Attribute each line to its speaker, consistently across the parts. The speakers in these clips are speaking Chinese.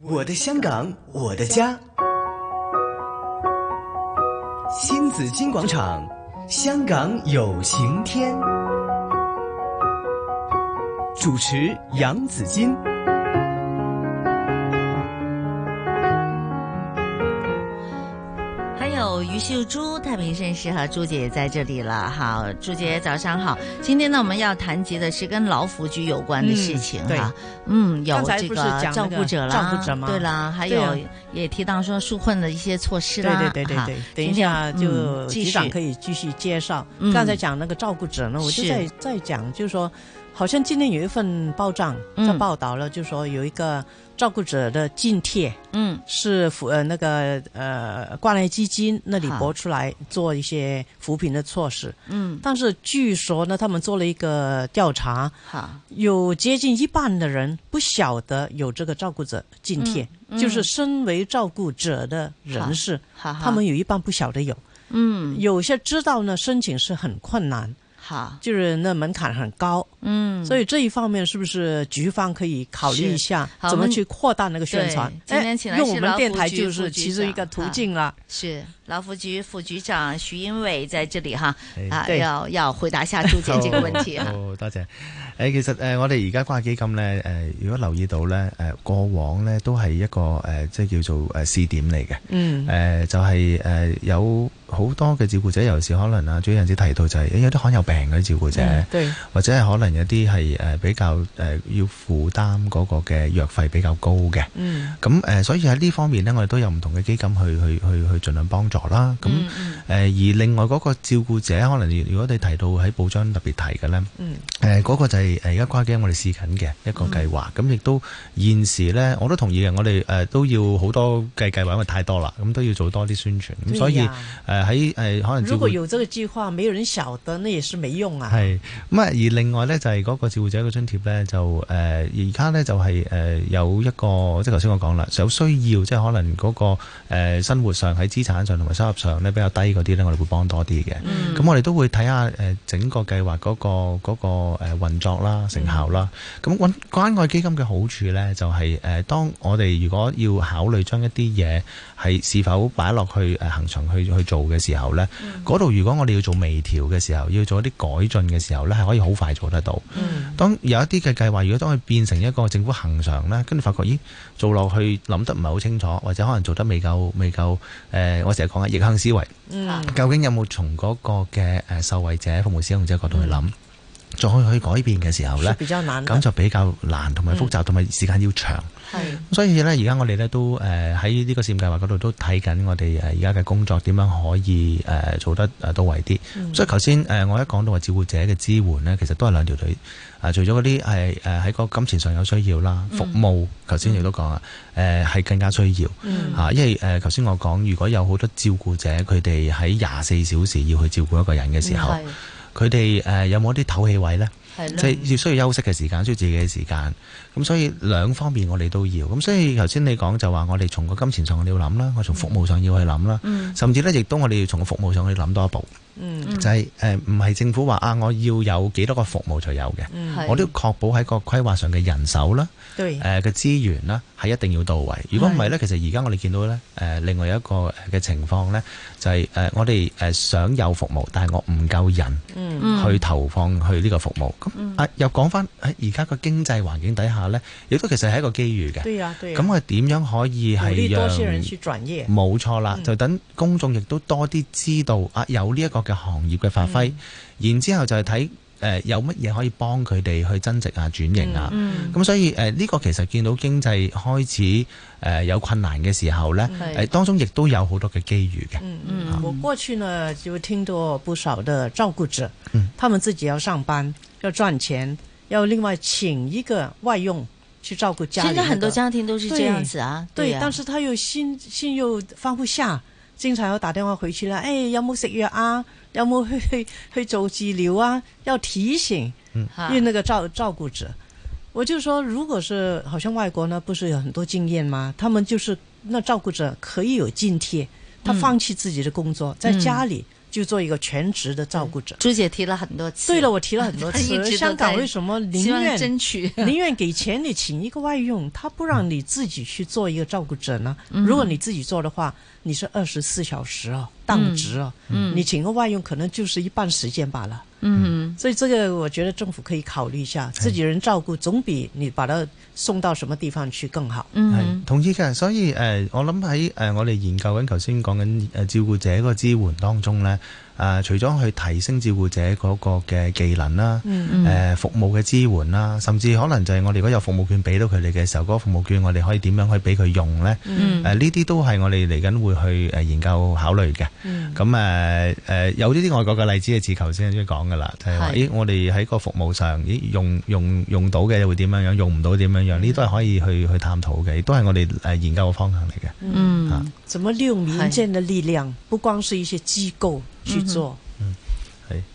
Speaker 1: 我的香港，我的家。新紫金广场，香港有晴天。主持杨紫金。
Speaker 2: 还有于秀珠，太平绅士和朱姐也在这里了。好，朱姐早上好。今天呢，我们要谈及的是跟劳福局有关的事情
Speaker 3: 嗯对
Speaker 2: 哈。嗯，有
Speaker 3: 刚才
Speaker 2: 这
Speaker 3: 不是
Speaker 2: 个
Speaker 3: 讲
Speaker 2: 照
Speaker 3: 那
Speaker 2: 顾
Speaker 3: 个
Speaker 2: 者啦，
Speaker 3: 照顾者吗
Speaker 2: 对啦，还
Speaker 3: 对啊
Speaker 2: 有也提到说纾困的一些措施
Speaker 3: 对
Speaker 2: 啦。
Speaker 3: 对对对
Speaker 2: 哈
Speaker 3: 对，等一
Speaker 2: 今天
Speaker 3: 下
Speaker 2: 嗯
Speaker 3: 就
Speaker 2: 继
Speaker 3: 局
Speaker 2: 续
Speaker 3: 长可以继续介绍
Speaker 2: 嗯。
Speaker 3: 刚才讲那个照顾者呢，我就是在在讲，就是说，好像今天有一份报章
Speaker 2: 嗯
Speaker 3: 在报道了，就是说有一个照顾者的津贴
Speaker 2: 嗯
Speaker 3: 是扶呃那个呃关爱基金那里
Speaker 2: 好
Speaker 3: 拨出来做一些扶贫的措施，
Speaker 2: 嗯
Speaker 3: 但是据说呢，他们做了一个调查，
Speaker 2: 好
Speaker 3: 有接近一半的人不晓得有这个照顾者津贴，
Speaker 2: 嗯
Speaker 3: 就是身为照顾者的人士，
Speaker 2: 好好，
Speaker 3: 他们有一半不晓得有，
Speaker 2: 啊嗯
Speaker 3: 有些知道呢，申请是很困难，
Speaker 2: 好
Speaker 3: 就是那门槛很高，
Speaker 2: 嗯，
Speaker 3: 所以这一方面是不是局方可以考虑一下
Speaker 2: 好
Speaker 3: 怎
Speaker 2: 我
Speaker 3: 么
Speaker 2: 们
Speaker 3: 去扩大那个宣传？
Speaker 2: 对今天请来
Speaker 3: 哎用我
Speaker 2: 是
Speaker 3: 们
Speaker 2: 劳
Speaker 3: 电
Speaker 2: 福
Speaker 3: 台
Speaker 2: 局
Speaker 3: 就
Speaker 2: 副
Speaker 3: 是
Speaker 2: 局
Speaker 3: 其中一个
Speaker 2: 长
Speaker 3: 途
Speaker 2: 啊
Speaker 3: 径了。
Speaker 2: 是劳福局副局长徐英伟在这里哈
Speaker 4: 哎
Speaker 2: 啊，
Speaker 3: 对
Speaker 2: 要要回答一下朱姐这个问题啊
Speaker 3: 啊
Speaker 4: 好
Speaker 2: 哈。
Speaker 4: 好多謝。誒、其實誒、我哋而家關愛基金咧，誒、如果留意到咧，誒、過往咧都係一個誒、即係叫做誒、試點嚟嘅。
Speaker 3: 嗯
Speaker 4: 誒、，就係、誒、有好多嘅照顧者，尤其是可能啊，主任子提到就係、有啲罕有病嗰啲照顧者，
Speaker 3: 嗯对，
Speaker 4: 或者係可能有啲係誒比較誒、要負擔嗰個嘅藥費比較高嘅。
Speaker 3: 嗯
Speaker 4: 咁誒、呃所以喺呢方面呢，我哋都有唔同嘅基金去去去去盡量幫助啦。咁
Speaker 2: 嗯嗯
Speaker 4: 誒、而另外嗰個照顧者，可能如果你提到喺報章特別提嘅呢，
Speaker 3: 嗯
Speaker 4: 誒、嗰、個就係誒呃而家跨境我哋試緊嘅一個計劃，咁亦、都現時呢，我都同意嘅，我哋誒、都要好多計計劃，因為太多啦，咁都要做多啲宣傳，咁嗯所以
Speaker 3: 对
Speaker 4: 誒
Speaker 3: 呀
Speaker 4: 喺誒可能照
Speaker 3: 如果
Speaker 4: 顧
Speaker 3: 有这个计划，没有人晓得，那也是没用啊。
Speaker 4: 係咁啊，而另外呢，就係、嗰個照顧者嘅津貼呢，就誒而家呢，就係、誒有一個即係頭先我講啦，有需要即係可能嗰、個、誒生活上喺資產上同埋收入上呢，比較低嗰啲呢，我哋會幫多啲嘅。
Speaker 2: 嗯，
Speaker 4: 咁我哋都會睇下誒整個計劃嗰、個嗰、個誒運作啦、成效啦。咁關關愛基金嘅好處呢，就係、誒當我哋如果要考慮將一啲嘢係是否擺落去誒恆常去去做嘅時候呢，嗰度、如果我哋要做微調嘅時候，要做一啲改進嘅時候呢，係可以好快做得到。
Speaker 3: 嗯
Speaker 4: 當有一啲嘅計劃，如果當佢變成一個政府恒常咧，跟住發覺咦做落去諗得唔係好清楚，或者可能做得未夠未夠誒、呃我成日講嘅逆向思維。
Speaker 3: 嗯
Speaker 4: 究竟有冇從嗰個嘅誒受惠者、服務使用者角度去諗，再去去改變嘅時候
Speaker 3: 嗯是
Speaker 4: 呢，
Speaker 3: 比较难嗯的
Speaker 4: 咁。就比較難同埋複雜，同埋時間要長。
Speaker 2: 係
Speaker 4: 所以呢，而家我哋呢都誒喺呢個試驗計劃嗰度都睇緊我哋誒呃而家嘅工作點樣可以誒、呃做得誒到位啲。
Speaker 3: 嗯
Speaker 4: 所以頭先誒我一講到話照顧者嘅支援呢，其實都係兩條腿。啊，除咗嗰啲係誒喺個金錢上有需要啦，
Speaker 3: 嗯
Speaker 4: 服務頭先亦都講啊，誒、係更加需要。啊
Speaker 3: 嗯
Speaker 4: 嚇，因為誒頭先我講，如果有好多照顧者，佢哋喺廿四小時要去照顧一個人嘅時候，
Speaker 3: 嗯
Speaker 2: 係
Speaker 4: 佢哋誒有冇一啲唞氣位呢？
Speaker 2: 係
Speaker 4: 即
Speaker 2: 咯
Speaker 4: 係要需要休息嘅時間，需要自己嘅時間。咁所以兩方面我哋都要。咁所以頭先你講就話，我哋從個金錢上我哋要諗啦，我從服務上要去諗啦，
Speaker 2: 嗯
Speaker 4: 甚至呢，亦都我哋要從個服務上去諗多一步，
Speaker 3: 嗯
Speaker 2: 嗯
Speaker 4: 就係誒唔係政府話啊，我要有幾多個服務就有嘅。
Speaker 3: 嗯
Speaker 2: 係
Speaker 4: 我都要確保喺個規劃上嘅人手啦，
Speaker 3: 对，
Speaker 4: 誒嘅資源啦，係一定要到位。如果唔係呢，其實而家我哋見到呢，誒另外一個嘅情況呢，就係誒我哋誒想有服務，但係我唔夠人
Speaker 3: 嗯
Speaker 2: 嗯
Speaker 4: 去投放去呢個服務。咁啊又講翻喺而家個經濟環境底下呢，亦都其實係一個機遇嘅。
Speaker 3: 对呀对呀。
Speaker 4: 咁我哋點樣可以
Speaker 3: 鼓
Speaker 4: 係
Speaker 3: 励多些人
Speaker 4: 讓
Speaker 3: 去轉業。
Speaker 4: 冇錯啦，
Speaker 3: 嗯
Speaker 4: 就等公眾亦都多啲知道啊，有呢一個嘅行業嘅發揮，
Speaker 3: 嗯
Speaker 4: 然之後就係睇誒有乜嘢可以幫佢哋去增值啊、轉型啊。
Speaker 2: 嗯
Speaker 4: 咁所以誒呢、個其實見到經濟開始誒、呃有困難嘅時候呢，誒、
Speaker 2: 係
Speaker 4: 當中亦都有好多嘅機遇嘅。
Speaker 3: 嗯
Speaker 2: 嗯
Speaker 3: 嗯，我过去呢就听到不少的照顾者，
Speaker 4: 嗯
Speaker 3: 他们自己要上班，要赚钱，要另外请一个外佣去照顾家里那
Speaker 2: 现
Speaker 3: 个、
Speaker 2: 在很多家庭都是这样子啊，
Speaker 3: 对，
Speaker 2: 啊
Speaker 3: 但是他又信信又放不下，经常要打电话回去啦，诶、有冇食药啊？有冇去去去做治疗啊？要提醒，
Speaker 2: 嗯哈
Speaker 3: 因为那个照照顾者，我就说，如果是好像外国呢，不是有很多经验吗？他们就是那照顾者可以有津贴，他
Speaker 2: 嗯
Speaker 3: 放弃自己的工作，在家里就做一个全职的照顾者。
Speaker 2: 朱姐提了很多次，
Speaker 3: 对了，我提了很多
Speaker 2: 嗯 一直都
Speaker 3: 次，
Speaker 2: 在
Speaker 3: 香港为什么宁
Speaker 2: 希望嗯
Speaker 3: 愿
Speaker 2: 争取
Speaker 3: 宁愿给钱你请一个外佣，他不让你自己去做一个照顾者呢？
Speaker 2: 嗯
Speaker 3: 如果你自己做的话，你是二十四小时啊，当值啊，你请个外佣可能就是一半时间罢了。
Speaker 2: 嗯
Speaker 3: 所以这个我觉得政府可以考虑一下，
Speaker 2: 哎
Speaker 3: 自己人照顾总比你把他送到什么地方去更好。
Speaker 2: 嗯
Speaker 4: 係同意嘅，所以誒、呃我諗喺誒我哋研究緊頭先講緊誒照顧者個支援當中呢，誒、啊除咗去提升照顧者嗰個嘅技能啦，誒、服務嘅支援啦，甚至可能就係我哋如果有服務券俾到佢哋嘅時候，嗰、個服務券我哋可以點樣去俾佢用呢？誒
Speaker 3: 哎
Speaker 2: 嗯
Speaker 4: 呃呢啲都係我哋嚟緊會去誒研究考慮嘅。
Speaker 2: 嗯
Speaker 4: 咁誒誒有呢啲外國嘅例子係似頭先先講嘅啦，就係話
Speaker 2: 係
Speaker 4: 咦我哋喺個服務上咦用用用到嘅會點樣樣，用唔到點樣
Speaker 2: 嗯
Speaker 4: 樣，呢都係可以去去探討嘅，亦都係我哋誒研究嘅方向嚟嘅。
Speaker 2: 嗯，
Speaker 3: 怎么利用民间的力量，不光是一些机构去做。
Speaker 2: 嗯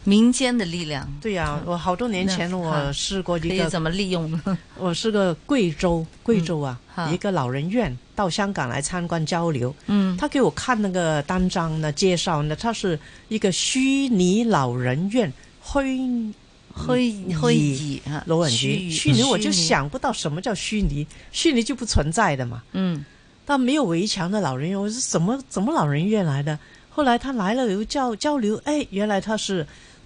Speaker 2: 民间的力量
Speaker 3: 对呀、我好多年前
Speaker 2: 那
Speaker 3: 我
Speaker 2: 哈
Speaker 3: 试过
Speaker 2: 嗯可
Speaker 3: 一
Speaker 2: 以
Speaker 3: 个嗯
Speaker 2: 怎么利用呢？
Speaker 3: 我是个贵州，贵州啊，
Speaker 2: 嗯哈
Speaker 3: 一个老人院到香港来参观交流，
Speaker 2: 嗯
Speaker 3: 他给我看那个单张呢，介绍呢，它是一个虚拟老人院，虚
Speaker 2: 会会以啊
Speaker 3: 老人
Speaker 2: 虚
Speaker 3: 局，虚
Speaker 2: 嗯
Speaker 3: 拟我就，想不到什么叫虚拟，虚拟就不存在的嘛。
Speaker 2: 嗯
Speaker 3: 但没有围墙的老人院，我是怎么怎么老人院来的？后来他来了，又交交流，哎，原来他是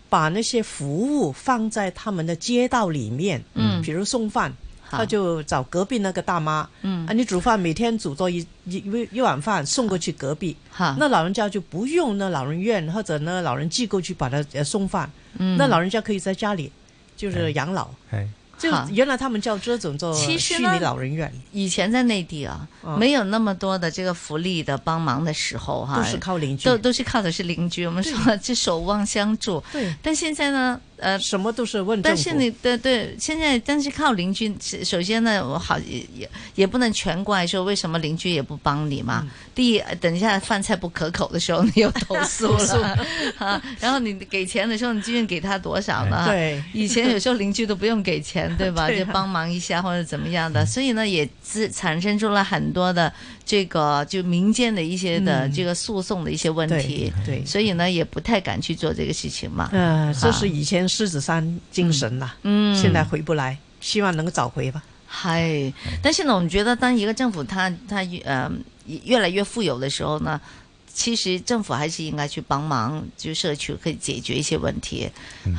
Speaker 3: 把那些服务放在他们的街道里面，
Speaker 2: 嗯
Speaker 3: 比如送饭，
Speaker 2: 好
Speaker 3: 他就找隔壁那个大妈，
Speaker 2: 嗯
Speaker 3: 啊，你煮饭每天煮多一一一一碗饭送过去隔壁，
Speaker 2: 哈，
Speaker 3: 那老人家就不用呢老人院或者呢老人机构去把他呃送饭，
Speaker 2: 嗯
Speaker 3: 那老人家可以在家里就是养老，
Speaker 4: 係
Speaker 3: 就
Speaker 2: 好
Speaker 3: 原来他们叫这种做
Speaker 2: 其实
Speaker 3: 虚
Speaker 2: 呢
Speaker 3: 拟老人院，
Speaker 2: 以前在内地啊，
Speaker 3: 嗯
Speaker 2: 没有那么多的这个福利的帮忙的时候哈、
Speaker 3: 都是靠邻居
Speaker 2: 哎都，都是靠的是邻居，我们说这守望相助。
Speaker 3: 对，
Speaker 2: 但现在呢，呃，
Speaker 3: 什么都是问政
Speaker 2: 但
Speaker 3: 府。
Speaker 2: 是你的对，现在但是靠邻居，是首先呢，我好也也也不能全怪说为什么邻居也不帮你
Speaker 3: 嗯
Speaker 2: 嘛。第一，呃等一下饭菜不可口的时候，你又投诉 了啊，然后你给钱的时候，你究竟给他多少呢？
Speaker 3: 对
Speaker 2: 以前有时候邻居都不用给钱，对吧？
Speaker 3: 对啊嗯
Speaker 2: 就帮忙一下或者怎么样的，所以呢，也自产生出了很多的这个就民间的一些的
Speaker 3: 嗯
Speaker 2: 这个诉讼的一些问题，
Speaker 3: 对对，
Speaker 2: 所以呢，也不太敢去做这个事情嘛。
Speaker 3: 嗯，这
Speaker 2: 啊
Speaker 3: 是以前狮子山精神啦，
Speaker 2: 嗯，
Speaker 3: 现在回不来，希望能够找回吧。
Speaker 2: 嗨，但是呢，我们觉得当一个政府它它呃越来越富有的时候呢，其实政府还是应该去帮忙，就社区可以解决一些问题。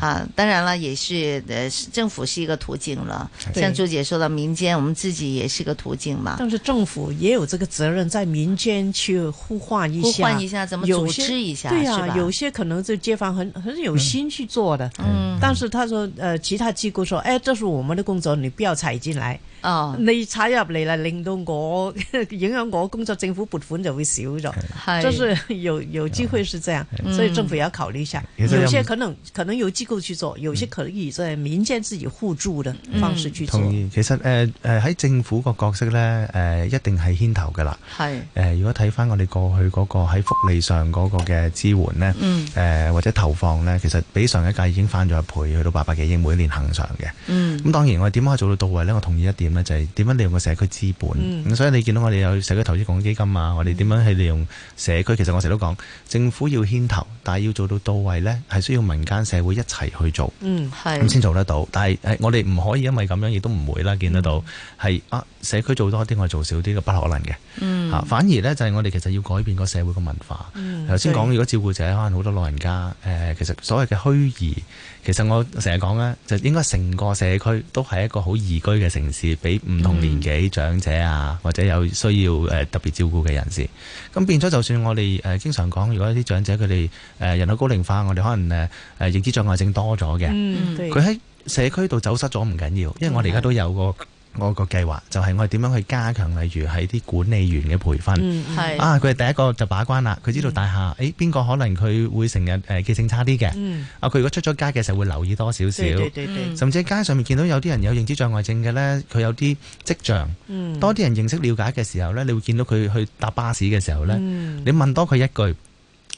Speaker 2: 哈、当然了，也是呃是政府是一个途径了，
Speaker 3: 对
Speaker 2: 像朱姐说的，民间我们自己也是个途径嘛。
Speaker 3: 但是政府也有这个责任，在民间去呼唤一
Speaker 2: 呼
Speaker 3: 下，
Speaker 2: 唤一下，怎么
Speaker 3: 有
Speaker 2: 组
Speaker 3: 些
Speaker 2: 织一下，
Speaker 3: 对啊
Speaker 2: 是吧？
Speaker 3: 有些可能这街坊很很有心去做的，
Speaker 2: 嗯，
Speaker 3: 但是他说呃，其他机构说，哎，这是我们的工作，你不要踩进来，
Speaker 2: 哦，
Speaker 3: 你踩入嚟啦，令到我 影響我工作，政府撥款就會少咗。
Speaker 2: 嗨，
Speaker 3: 就是 有有機會是這樣，所以政府也要考慮一下。
Speaker 4: 其實有
Speaker 3: 有些可能可能由機構去做，有些可以在民間自己互助的方式去做。
Speaker 4: 同意。其實誒誒喺政府個角色呢，誒、呃一定係牽頭嘅啦。
Speaker 2: 係，
Speaker 4: 誒、呃如果睇翻我哋過去嗰個喺福利上嗰個嘅支援呢，誒、
Speaker 2: 嗯
Speaker 4: 或者投放呢，其實比上一屆已經翻咗一倍，去到八百幾億每年恒常嘅。
Speaker 2: 嗯
Speaker 4: 咁當然我哋點可以做到到位呢？我同意一點呢，就係點樣利用個社區資本。咁、
Speaker 2: 嗯
Speaker 4: 所以你見到我哋有社區投資共基金啊，我哋點樣去利用社區？其實我成日都講，政府要牽頭，但係要做到到位呢，係需要民間社會一齊去做。
Speaker 3: 嗯，
Speaker 4: 咁
Speaker 2: 係，
Speaker 4: 先做得到。但係誒，我哋唔可以因為咁樣，亦都唔會啦，見得到係啊社區做多啲，我哋做少啲嘅，不可能嘅。
Speaker 2: 嗯
Speaker 4: 嚇，反而呢，就係我哋其實要改變個社會個文化。頭先講，如果照顧者可能好多老人家誒、其實所謂嘅虛擬，其實我成日講呢，就應該成個社區都係一個好宜居嘅城市，俾唔同年紀、長者啊，或者有需要誒、特別照顧嘅人士。咁變咗，就算我哋誒、經常講，如果啲長者佢哋誒人口高齡化，我哋可能誒誒、認知障礙症多咗嘅。
Speaker 3: 嗯，對，
Speaker 4: 佢喺社區度走失咗唔緊要，因為我
Speaker 3: 嗯
Speaker 4: 哋而家都有個我個計劃，就係、我哋點樣去加強，例如係啲管理員嘅培訓。
Speaker 3: 嗯，嗯
Speaker 2: 係，
Speaker 4: 啊！佢係第一個就把關啦，佢知道大廈，誒邊個可能佢會成日誒記性差啲嘅。
Speaker 3: 嗯，
Speaker 4: 啊，佢如果出咗街嘅時候會留意多少少，
Speaker 3: 對對嗯對對，
Speaker 4: 甚至喺街上面見到有啲人有認知障礙症嘅呢，佢有啲跡象。
Speaker 3: 嗯，
Speaker 4: 多啲人認識了解嘅時候呢，你會見到佢去搭巴士嘅時候呢，
Speaker 3: 嗯
Speaker 4: 你問多佢一句，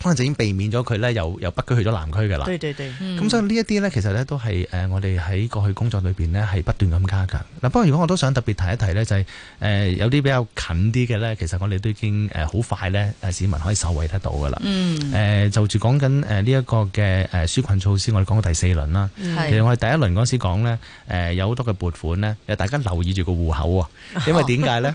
Speaker 4: 可能就已經避免咗佢咧由由北區去咗南區嘅啦。
Speaker 3: 對對對，
Speaker 4: 咁所以呢一啲呢，其實呢都係誒我哋喺過去工作裏邊呢係不斷咁加強。嗱，不過如果我都想特別提一提呢，就係、誒有啲比較近啲嘅呢，其實我哋都已經誒好快呢，誒市民可以受惠得到噶啦。
Speaker 2: 嗯，
Speaker 4: 誒、就住講緊誒呢一個嘅誒紓困措施，我哋講過第四輪啦。其實
Speaker 2: 係，
Speaker 4: 我哋第一輪嗰時講呢，誒、有好多嘅撥款呢，大家留意住個戶口喎，因為 點解呢？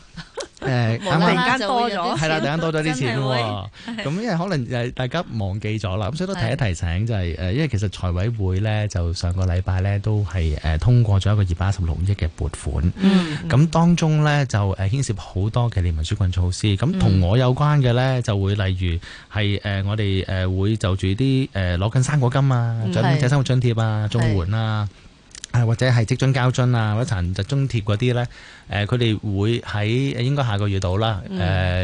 Speaker 4: 誒啱
Speaker 2: 無啦啦
Speaker 3: 突
Speaker 4: 啱
Speaker 3: 然間多咗
Speaker 2: 就會有啲
Speaker 4: 係啦，突
Speaker 2: 錢
Speaker 4: 然間多咗啲錢
Speaker 2: 真係
Speaker 4: 喎
Speaker 2: 會。
Speaker 4: 咁因為可能誒大家忘記咗啦，咁所以都提一提醒就係誒，因為其實財委會咧就上個禮拜咧都係誒通過咗一個二百一十六億嘅撥款，
Speaker 2: 嗯
Speaker 4: 咁當中咧就誒牽涉好多嘅利民紓困措施，咁同我有關嘅咧就會例如係誒我哋誒會就住啲誒攞緊生果金啊、
Speaker 3: 嗯
Speaker 4: 長者
Speaker 2: 係
Speaker 4: 生活津貼啊、綜
Speaker 2: 係
Speaker 4: 援啊。誒或者係職津交津啊，或者殘疾津貼嗰啲呢，誒佢哋會喺應該下個月到啦，誒、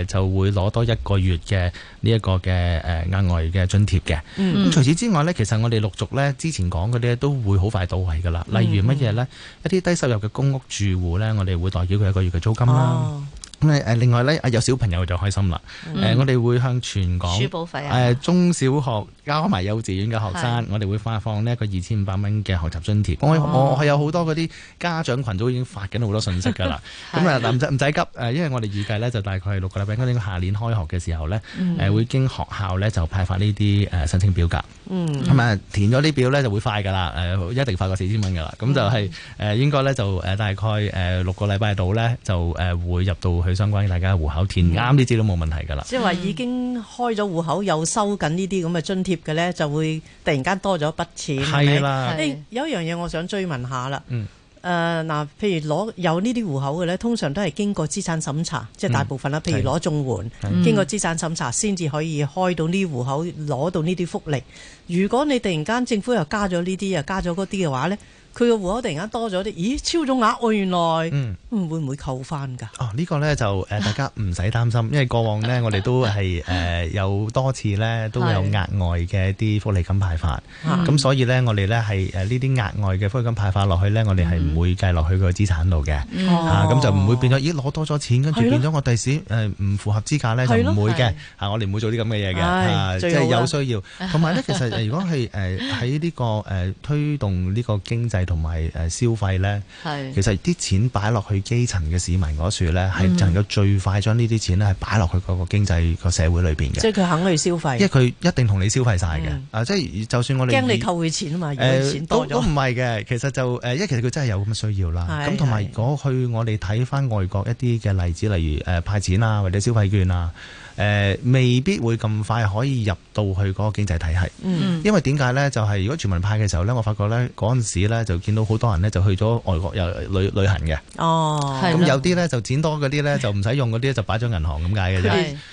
Speaker 4: 就會攞多一個月嘅呢一個嘅誒額外嘅津貼嘅。咁、
Speaker 2: 嗯
Speaker 4: 除此之外呢，其實我哋陸續呢之前講嗰啲都會好快到位噶啦。例如乜嘢呢？一啲低收入嘅公屋住戶呢，我哋會代繳佢一個月嘅租金啦。
Speaker 3: 哦，
Speaker 4: 咁誒、另外呢，啊有小朋友就開心啦。誒、我哋會向全港
Speaker 2: 書保費
Speaker 4: 誒、
Speaker 2: 啊，
Speaker 4: 中小學加埋幼稚園嘅學生
Speaker 2: 係，
Speaker 4: 我哋會發放呢一個二千五百蚊嘅學習津貼。我
Speaker 3: 哦
Speaker 4: 我我有好多嗰啲家長群組已經發緊好多信息㗎 啦。咁啊，嗱唔使唔使急誒，因為我哋預計咧就大概係六個禮拜，應該下年開學嘅時候咧，誒、會經學校咧就派發呢啲誒申請表格。
Speaker 3: 嗯
Speaker 4: 咁啊，填咗啲表咧就會快㗎啦，誒一定快過四千蚊㗎啦。咁
Speaker 3: 嗯
Speaker 4: 就係誒應該咧就誒大概誒六個禮拜度咧就誒會入到去相關大家嘅戶口填
Speaker 3: 嗯
Speaker 4: 啱啲資料冇問題㗎啦。
Speaker 3: 即係話已經開咗戶口又收緊呢啲咁嘅津貼嘅咧，就會突然間多咗一筆錢，係咪
Speaker 4: 係啦。
Speaker 2: 係
Speaker 3: 誒有一樣嘢我想追問下啦。
Speaker 4: 哎嗯
Speaker 3: 誒嗱、譬如攞有呢啲戶口嘅咧，通常都係經過資產審
Speaker 4: 嗯
Speaker 3: 查，即係大部分啦。譬如攞綜援，
Speaker 4: 係
Speaker 3: 經過資產審查先至可以開到呢啲戶口，攞到呢啲福利。如果你突然間政府又加咗呢啲，又加咗嗰啲嘅話咧，佢個戶口突然間多咗啲，咦超咗額喎原來，
Speaker 4: 嗯。
Speaker 3: 嗯、會唔會扣翻㗎？
Speaker 4: 哦，呢、個呢就誒、呃大家唔使擔心，因為過往呢，我哋都係誒、呃有多次呢都有
Speaker 2: 係
Speaker 4: 額外嘅一啲福利金派發，
Speaker 3: 嗯
Speaker 4: 咁、所以呢，我哋呢係誒呢啲額外嘅福利金派發落去呢，我哋係唔會計落去個資產度嘅。
Speaker 2: 哦
Speaker 4: 啊，咁就唔會
Speaker 3: 哦
Speaker 4: 變咗，咦攞多咗錢，跟住
Speaker 3: 係咯
Speaker 4: 變咗我第時誒唔符合資格咧，就
Speaker 3: 係咯
Speaker 4: 唔會嘅
Speaker 2: 係
Speaker 4: 嚇，我哋唔會做啲咁嘅嘢嘅，
Speaker 3: 唉
Speaker 4: 啊即
Speaker 3: 最好
Speaker 4: 係
Speaker 3: 啦
Speaker 4: 有 需要。同埋咧，其實誒如果係誒喺呢個誒推動呢個經濟同埋誒消費咧。其
Speaker 2: 係，
Speaker 4: 實啲錢擺落去基層嘅市民嗰處咧，係
Speaker 3: 嗯
Speaker 4: 能夠最快將呢啲錢咧係擺落去嗰個經濟個社會裏邊
Speaker 3: 即係
Speaker 4: 嘅，
Speaker 3: 佢肯去消
Speaker 4: 因
Speaker 3: 費，
Speaker 4: 為佢一定同你消費晒嘅
Speaker 3: 嗯。
Speaker 4: 啊，即係就算我哋
Speaker 3: 驚你
Speaker 4: 以
Speaker 3: 扣佢錢啊嘛，如果佢
Speaker 4: 誒
Speaker 3: 錢
Speaker 4: 都
Speaker 3: 多
Speaker 4: 都
Speaker 3: 咗
Speaker 4: 唔。係嘅，其實就誒，因為其實佢真係有咁嘅需要啦。
Speaker 3: 係
Speaker 4: 咁同埋
Speaker 3: 係
Speaker 4: 嗰去我哋睇翻外國一啲嘅例子，例如誒派錢啊，或者消費券啊，誒未必會咁快可以入到去嗰個經濟體系。
Speaker 2: 嗯
Speaker 4: 因為點解呢？就係、如果全民派嘅時候呢，我發覺呢嗰陣時呢，就見到好多人呢，就去咗外國又旅旅行嘅，
Speaker 3: 哦，
Speaker 2: 係
Speaker 4: 咁
Speaker 2: 咯
Speaker 4: 有啲呢，就錢多嗰啲呢，就唔使用嗰啲就擺咗銀行咁解嘅啫。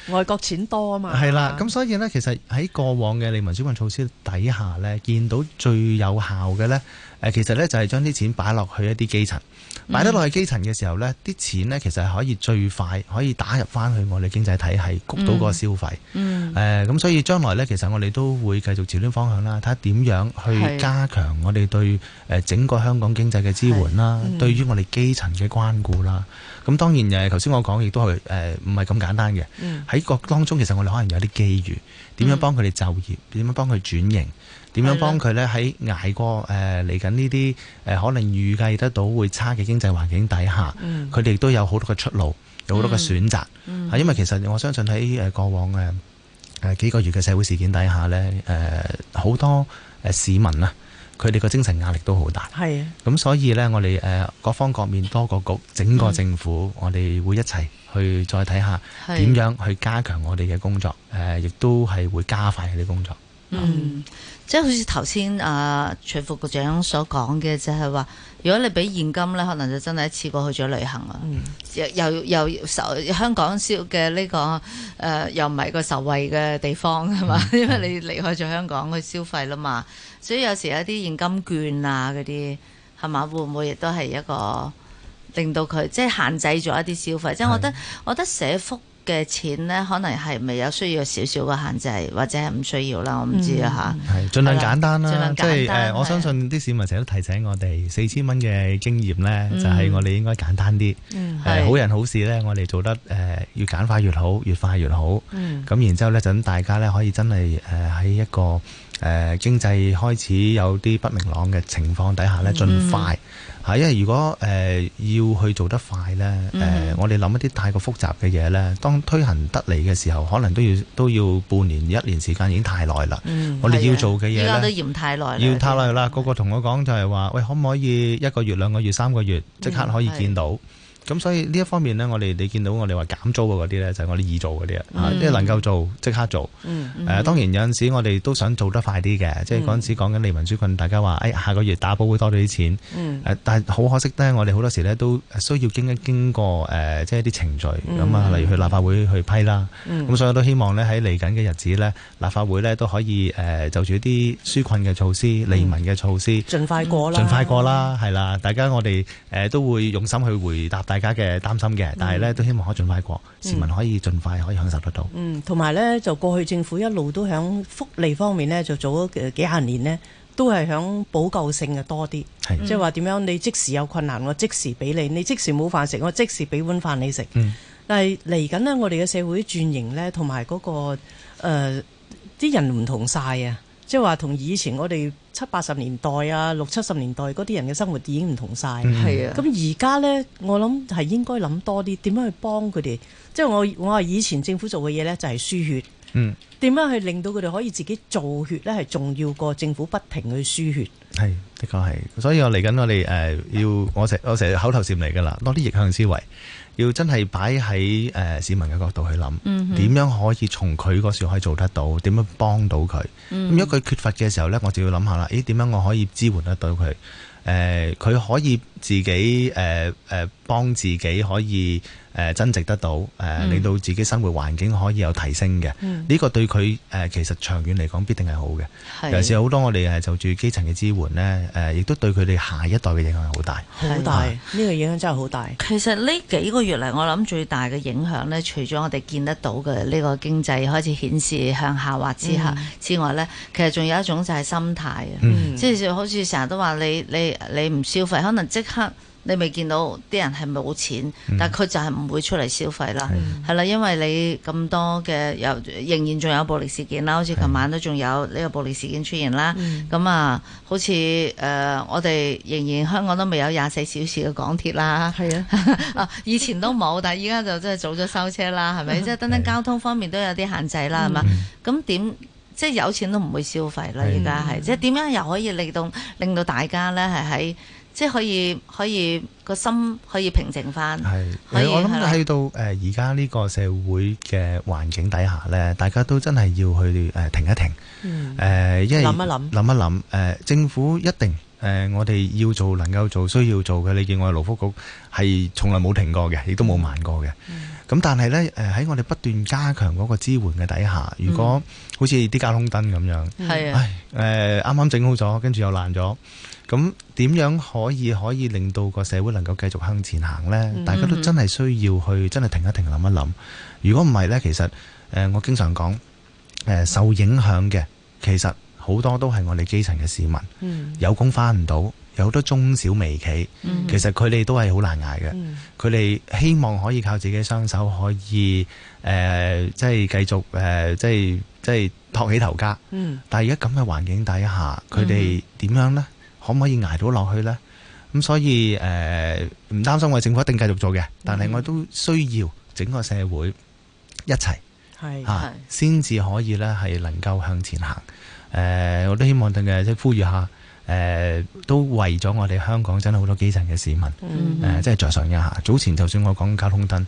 Speaker 2: 係
Speaker 3: 外國錢多啊嘛，
Speaker 4: 係啦，咁所以呢，其實喺過往嘅利民主運措施底下呢，見到最有效嘅呢，誒其實呢就係將啲錢擺落去一啲基層，
Speaker 2: 嗯
Speaker 4: 擺得落去基層嘅時候呢，啲錢呢其實係可以最快可以打入翻去我哋經濟體系，谷到個消費。
Speaker 2: 嗯
Speaker 4: 誒、咁所以將來呢，其實我哋都會繼續朝呢方向啦，睇下點樣去
Speaker 2: 係
Speaker 4: 加強我哋對誒整個香港經濟嘅支援啦，對於我哋基層嘅關顧啦。咁當然誒，頭先我講亦都係誒唔係咁簡單嘅。喺個當中，其實我哋可能有啲機遇，點樣幫佢哋就業，點樣幫佢轉型，點樣幫佢呢喺捱過誒嚟緊呢啲呃誒可能預計得到會差嘅經濟環境底下，佢哋都有好多嘅出路，有好多嘅選擇。啊，因為其實我相信喺誒過往誒誒幾個月嘅社會事件底下呢，誒好多誒市民啊，佢哋個精神壓力都好大。
Speaker 3: 係啊。
Speaker 4: 嗯咁所以呢，我哋誒、呃各方各面多個局，整個政府，我哋會一齊去再睇下
Speaker 2: 係
Speaker 4: 點樣去加強我哋嘅工作，誒、亦都係會加快我哋工作。
Speaker 2: 嗯，即係好似頭先啊徐副局長所講嘅，就係話，如果你俾現金咧，可能就真係一次過去咗旅行啊，又又又受香港消嘅呢個誒、呃又唔係個受惠嘅地方係嘛， 因為你離開咗香港去消費啦嘛，所以有時有啲現金券啊嗰啲係嘛，會唔會亦都係一個令到佢即係限制咗一啲消費？即係我覺得，我覺得社福嘅錢咧，可能係咪有需要少少嘅限制，或者係唔需要啦？我唔知啊嚇。
Speaker 4: 係，盡量簡單
Speaker 2: 係啦
Speaker 4: 啦，
Speaker 2: 盡量簡
Speaker 4: 即
Speaker 2: 單
Speaker 4: 係
Speaker 2: 係
Speaker 4: 誒，我相信啲市民成日都提醒我哋，四千蚊嘅經驗呢，
Speaker 2: 嗯
Speaker 4: 就係我哋應該簡單啲。
Speaker 2: 係
Speaker 4: 誒好人好事呢，我哋做得誒越簡化越好，越快越好。
Speaker 2: 嗯
Speaker 4: 咁然之後呢，就咁大家呢，可以真係誒喺一個誒經濟開始有啲不明朗嘅情況底下
Speaker 2: 嗯
Speaker 4: 呢，盡快嚇，因為如果誒要去做得快呢，
Speaker 2: 嗯
Speaker 4: 誒我哋諗一啲太過複雜嘅嘢呢，當推行得嚟嘅時候，可能都要都要半年一年時間已經太耐啦。
Speaker 3: 嗯
Speaker 4: 我哋要做嘅嘢
Speaker 2: 啊依家
Speaker 4: 呢
Speaker 2: 都。嫌太耐啦，啊
Speaker 4: 要太耐啦，個個同我講就係話，喂，可唔可以一個月、兩個月、三個月即
Speaker 2: 嗯
Speaker 4: 刻可以見到？咁所以呢一方面呢，我哋你見到我哋話減租啊嗰啲呢，就係我哋易做嗰啲啊
Speaker 2: 嗯
Speaker 4: 啊，即係能夠做即刻做。誒、呃當然有陣時我哋都想做得快啲嘅，即係嗰陣時講緊利民紓困，大家話誒、哎下個月打保會多咗啲錢，誒但係好可惜呢，我哋好多時呢都需要經一經過誒、呃即係啲程序咁啊，例如去立法會去批啦，咁、所以我都希望呢，喺嚟緊嘅日子呢，立法會呢都可以誒、呃就住啲紓困嘅措施、利民嘅措施。
Speaker 3: 盡快過啦，
Speaker 4: 盡快過啦，係啦，大家我哋誒、呃都會用心去回答大家嘅擔心嘅，但係呢，都希望可以盡快過，市民可以盡快可以享受得到。
Speaker 3: 嗯，同埋咧就過去政府一路都響福利方面咧，就做咗幾廿年咧，都係響補救性嘅多啲，
Speaker 4: 係
Speaker 3: 即係話點樣你即時有困難，我即時俾你；你即時冇飯食，我即時俾碗飯你食。
Speaker 4: 嗯
Speaker 3: 但係嚟緊呢，我哋嘅社會轉型咧，同埋嗰個誒啲、人唔同晒啊，即係話同以前我哋七八十年代啊、六七十年代嗰啲人嘅生活已經唔同晒。
Speaker 4: 嗯
Speaker 2: 係啊，
Speaker 3: 咁而家呢，我諗係應該諗多啲點樣去幫佢哋。即係我我話以前政府做嘅嘢呢，就係輸血，
Speaker 4: 嗯，
Speaker 3: 點樣去令到佢哋可以自己造血呢？係重要過政府不停去輸血。
Speaker 4: 係，的確係。所以我嚟緊，我哋誒要我成我成日口頭禪嚟㗎啦，多啲逆向思維，要真係擺喺誒市民嘅角度去諗，點、樣可以從佢嗰時可以做得到，點樣幫到佢。咁、如果佢缺乏嘅時候呢，我就要諗下啦，咦點樣我可以支援得到佢？誒、佢可以自己誒誒、幫自己可以誒、增值得到，誒、令到自己生活環境可以有提升嘅。呢、個對佢誒、其實長遠嚟講必定係好嘅。尤
Speaker 2: 係
Speaker 4: 其是好多我哋誒就住基層嘅支援呢，誒亦都對佢哋下一代嘅影響係好大。
Speaker 3: 好大，呢個影響真係好大。
Speaker 2: 其實呢幾個月嚟，我諗最大嘅影響呢，除咗我哋見得到嘅呢個經濟開始顯示向下滑之下之外呢，其實仲有一種就係心態啊，
Speaker 4: 嗯
Speaker 2: 即係就好似成日都話你你你唔消費，可能即刻。你未見到啲人係冇錢，但佢就係唔會出嚟消費啦，係啦，因為你咁多嘅有仍然仲有暴力事件啦，好似琴晚都仲有呢個暴力事件出現啦。咁啊，好似誒、呃我哋仍然香港都未有廿四小時嘅港鐵啦，
Speaker 3: 係啊，
Speaker 2: 啊，以前都冇，但係依家就真係早咗收車啦，係咪？
Speaker 4: 嗯
Speaker 2: 即係等等交通方面都有啲限制啦，係嘛？咁點即係有錢都唔會消費啦，
Speaker 4: 係
Speaker 2: 而家係即係點樣又可以令到令到大家咧係喺即係可以可以個心可以平靜翻，
Speaker 4: 係，
Speaker 2: 可以
Speaker 4: 我
Speaker 2: 係啦
Speaker 4: 諗去到誒而家呢個社會嘅環境底下呢，大家都真係要去誒停一停。
Speaker 3: 嗯
Speaker 4: 誒、因為
Speaker 3: 諗一諗
Speaker 4: 諗一諗，誒、政府一定誒、我哋要做能夠做需要做嘅，你見我哋勞福局係從來冇停過嘅，亦都冇慢過嘅。咁、但係呢，誒、喺我哋不斷加強嗰個支援嘅底下，如果好似啲交通燈咁樣，
Speaker 2: 係啊，
Speaker 4: 唉，誒呃啱啱整好咗，跟住又爛咗，咁點樣可以可以令到個社會能夠繼續向前行呢？大家都真係需要去真係停一停諗一諗。如果唔係呢，其實誒、呃我經常講誒、呃受影響嘅其實好多都係我哋基層嘅市民，
Speaker 3: 嗯
Speaker 4: 有工翻唔到。有好多中小微企，
Speaker 2: 嗯
Speaker 4: 其實佢哋都係好難捱嘅。
Speaker 3: 嗯
Speaker 4: 佢哋、希望可以靠自己雙手，可以誒、呃即係繼續誒、呃即係即係托起頭家。
Speaker 3: 嗯，
Speaker 4: 但係而家咁嘅環境底下，佢哋點樣呢？可唔可以捱到落去呢？咁所以誒，呃唔、擔心我哋政府一定繼續做嘅，但係我都需要整個社會一齊
Speaker 3: 係
Speaker 4: 嚇，啊先至、可以呢係能夠向前行。誒、呃我都希望嘅即係呼籲下，誒、都為咗我哋香港真係好多基層嘅市民。誒、
Speaker 2: 嗯
Speaker 4: 呃即係着想一下。早前就算我講交通燈，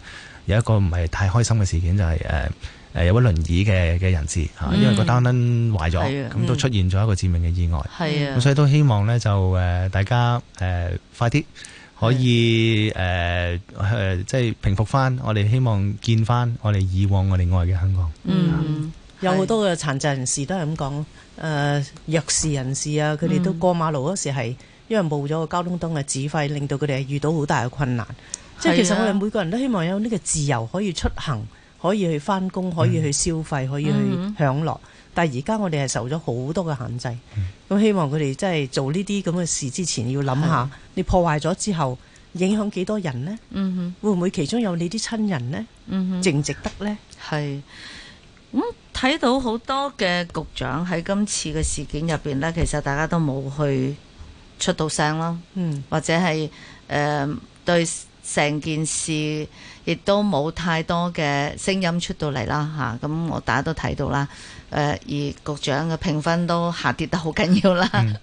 Speaker 4: 有一個唔係太開心嘅事件就係誒誒有位輪椅嘅嘅人士嚇，因為個單燈壞咗，
Speaker 2: 嗯係
Speaker 4: 咁
Speaker 2: 啊、
Speaker 4: 都出現咗一個致命嘅意外。
Speaker 2: 係啊
Speaker 4: 咁，所以都希望呢，就誒、呃大家誒、呃快啲可以誒誒、
Speaker 2: 啊
Speaker 4: 呃即係平復翻。我哋希望見翻我哋以往我哋愛嘅香港。
Speaker 2: 嗯，
Speaker 3: 有好多嘅殘疾人士都係咁講，誒、呃弱視人士啊，佢哋都過馬路嗰時係因為冇咗個交通燈嘅指揮，令到佢哋係遇到好大嘅困難。即係其
Speaker 2: 嗯係
Speaker 3: 實
Speaker 2: 啊
Speaker 3: 我哋每個人都希望有呢個自由可以出行，可以去翻工，可以去消費，可以
Speaker 2: 嗯
Speaker 3: 去享樂。但係而家我哋係受咗好多嘅限制，咁、
Speaker 2: 嗯
Speaker 3: 希望佢哋真係做呢啲咁嘅事之前要諗下，你破壞咗之後影響幾多人呢？
Speaker 2: 嗯
Speaker 3: 會唔會其中有你啲親人呢？
Speaker 2: 哼，嗯哼。
Speaker 3: 值唔值得呢？
Speaker 2: 係咁睇到好多嘅局長喺今次嘅事件入邊呢，其實大家都冇去出到聲啦，
Speaker 3: 嗯
Speaker 2: 或者係誒、呃、對成件事亦都冇太多嘅聲音出到嚟啦嚇。咁、我大家都睇到啦，誒、呃而局長嘅評分都下跌得好緊要啦。嚇！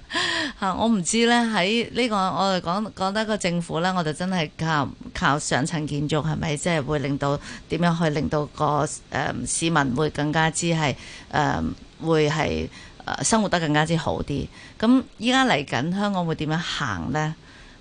Speaker 2: 啊我唔知咧，喺呢個我哋講講得個政府咧，我就真係靠靠上層建築係咪，即係會令到點樣去令到個誒、嗯市民會更加之係誒、嗯、會係誒、呃生活得更加之好啲。咁依家嚟緊香港會點樣行咧？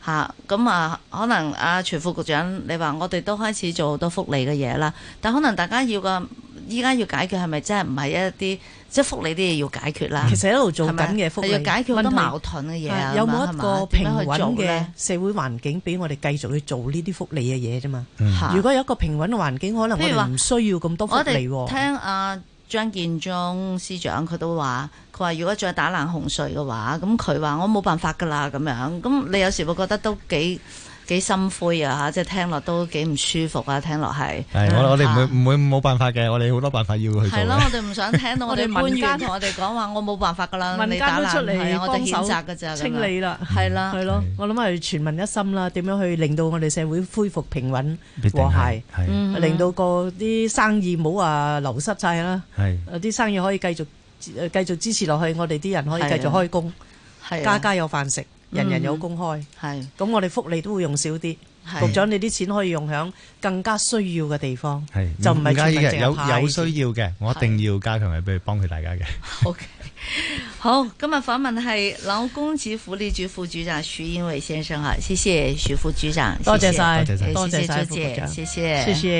Speaker 2: 嚇！咁啊，可能啊，徐副局長，你話我哋都開始做好多福利嘅嘢啦，但可能大家要嘅依家要解決係咪真係唔係一啲即係福利啲嘢要解決啦？
Speaker 3: 其實一路做
Speaker 2: 係咪
Speaker 3: 緊嘅福利
Speaker 2: 係要解決好
Speaker 3: 問
Speaker 2: 多
Speaker 3: 題
Speaker 2: 矛盾嘅嘢啊，
Speaker 3: 有
Speaker 2: 咁
Speaker 3: 冇
Speaker 2: 樣係
Speaker 3: 一
Speaker 2: 嘛
Speaker 3: 個平
Speaker 2: 點樣去做
Speaker 3: 穩嘅
Speaker 2: 咧
Speaker 3: 社會環境俾我哋繼續去做呢啲福利嘅嘢啫嘛？
Speaker 2: 嚇
Speaker 3: 如果有一個平穩嘅環境，可能我
Speaker 2: 譬如
Speaker 3: 哋
Speaker 2: 話
Speaker 3: 唔需要咁多福
Speaker 2: 我
Speaker 3: 利
Speaker 2: 哋
Speaker 3: 喎。
Speaker 2: 聽阿張建宗司長佢都話，佢話如果再打爛洪水嘅話，咁佢話我冇辦法㗎啦咁樣。咁你有時會覺得都幾幾心灰啊嚇，即係聽落都幾唔舒服啊，聽落係。
Speaker 4: 係我我哋唔會
Speaker 2: 啊
Speaker 4: 唔會冇辦法嘅，我哋好多辦法要去做
Speaker 2: 係咯，
Speaker 4: 嘅。
Speaker 2: 我哋唔想聽 到我
Speaker 5: 我
Speaker 2: 哋
Speaker 5: 哋
Speaker 2: 官
Speaker 5: 民間
Speaker 2: 員同我哋講話，我冇辦法㗎啦，
Speaker 3: 民
Speaker 2: 你
Speaker 3: 間
Speaker 2: 打
Speaker 3: 都出
Speaker 2: 爛
Speaker 3: 嚟
Speaker 2: 係啊我哋
Speaker 3: 幫
Speaker 2: 譴
Speaker 3: 手
Speaker 2: 責㗎咋咁樣
Speaker 3: 清理啦，
Speaker 2: 係啦，
Speaker 3: 係咯，我諗係全民一心啦，點樣去令到我哋社會恢復平穩
Speaker 4: 必定
Speaker 3: 和
Speaker 4: 係
Speaker 3: 諧，
Speaker 4: 係
Speaker 2: 嗯
Speaker 3: 令到個啲生意冇話流失晒啦，
Speaker 4: 係
Speaker 3: 誒啲生意可以繼續誒繼續支持落去，我哋啲人可以繼續開工，
Speaker 2: 係
Speaker 3: 家
Speaker 2: 啊
Speaker 3: 家有飯食，人人有工開，
Speaker 2: 係
Speaker 3: 咁我哋福利都會用少啲。
Speaker 2: 係
Speaker 3: 局長，你啲錢可以用喺更加需要嘅地方，
Speaker 4: 係
Speaker 3: 就唔係
Speaker 4: 介意
Speaker 3: 全民
Speaker 4: 嘅，
Speaker 3: 淨係
Speaker 4: 有
Speaker 3: 派
Speaker 4: 有需要嘅，我一定要加強係俾幫佢大家嘅。
Speaker 2: OK，好，今日訪問係勞工及福利局副局長徐啊英伟先生哈，谢谢徐副局长，
Speaker 3: 多謝
Speaker 2: 谢谢
Speaker 3: 晒
Speaker 4: 多謝晒
Speaker 2: 多
Speaker 3: 多謝
Speaker 2: 谢
Speaker 3: 晒
Speaker 2: 周
Speaker 3: 副局
Speaker 2: 姐，
Speaker 3: 長
Speaker 2: 谢谢，
Speaker 3: 謝謝。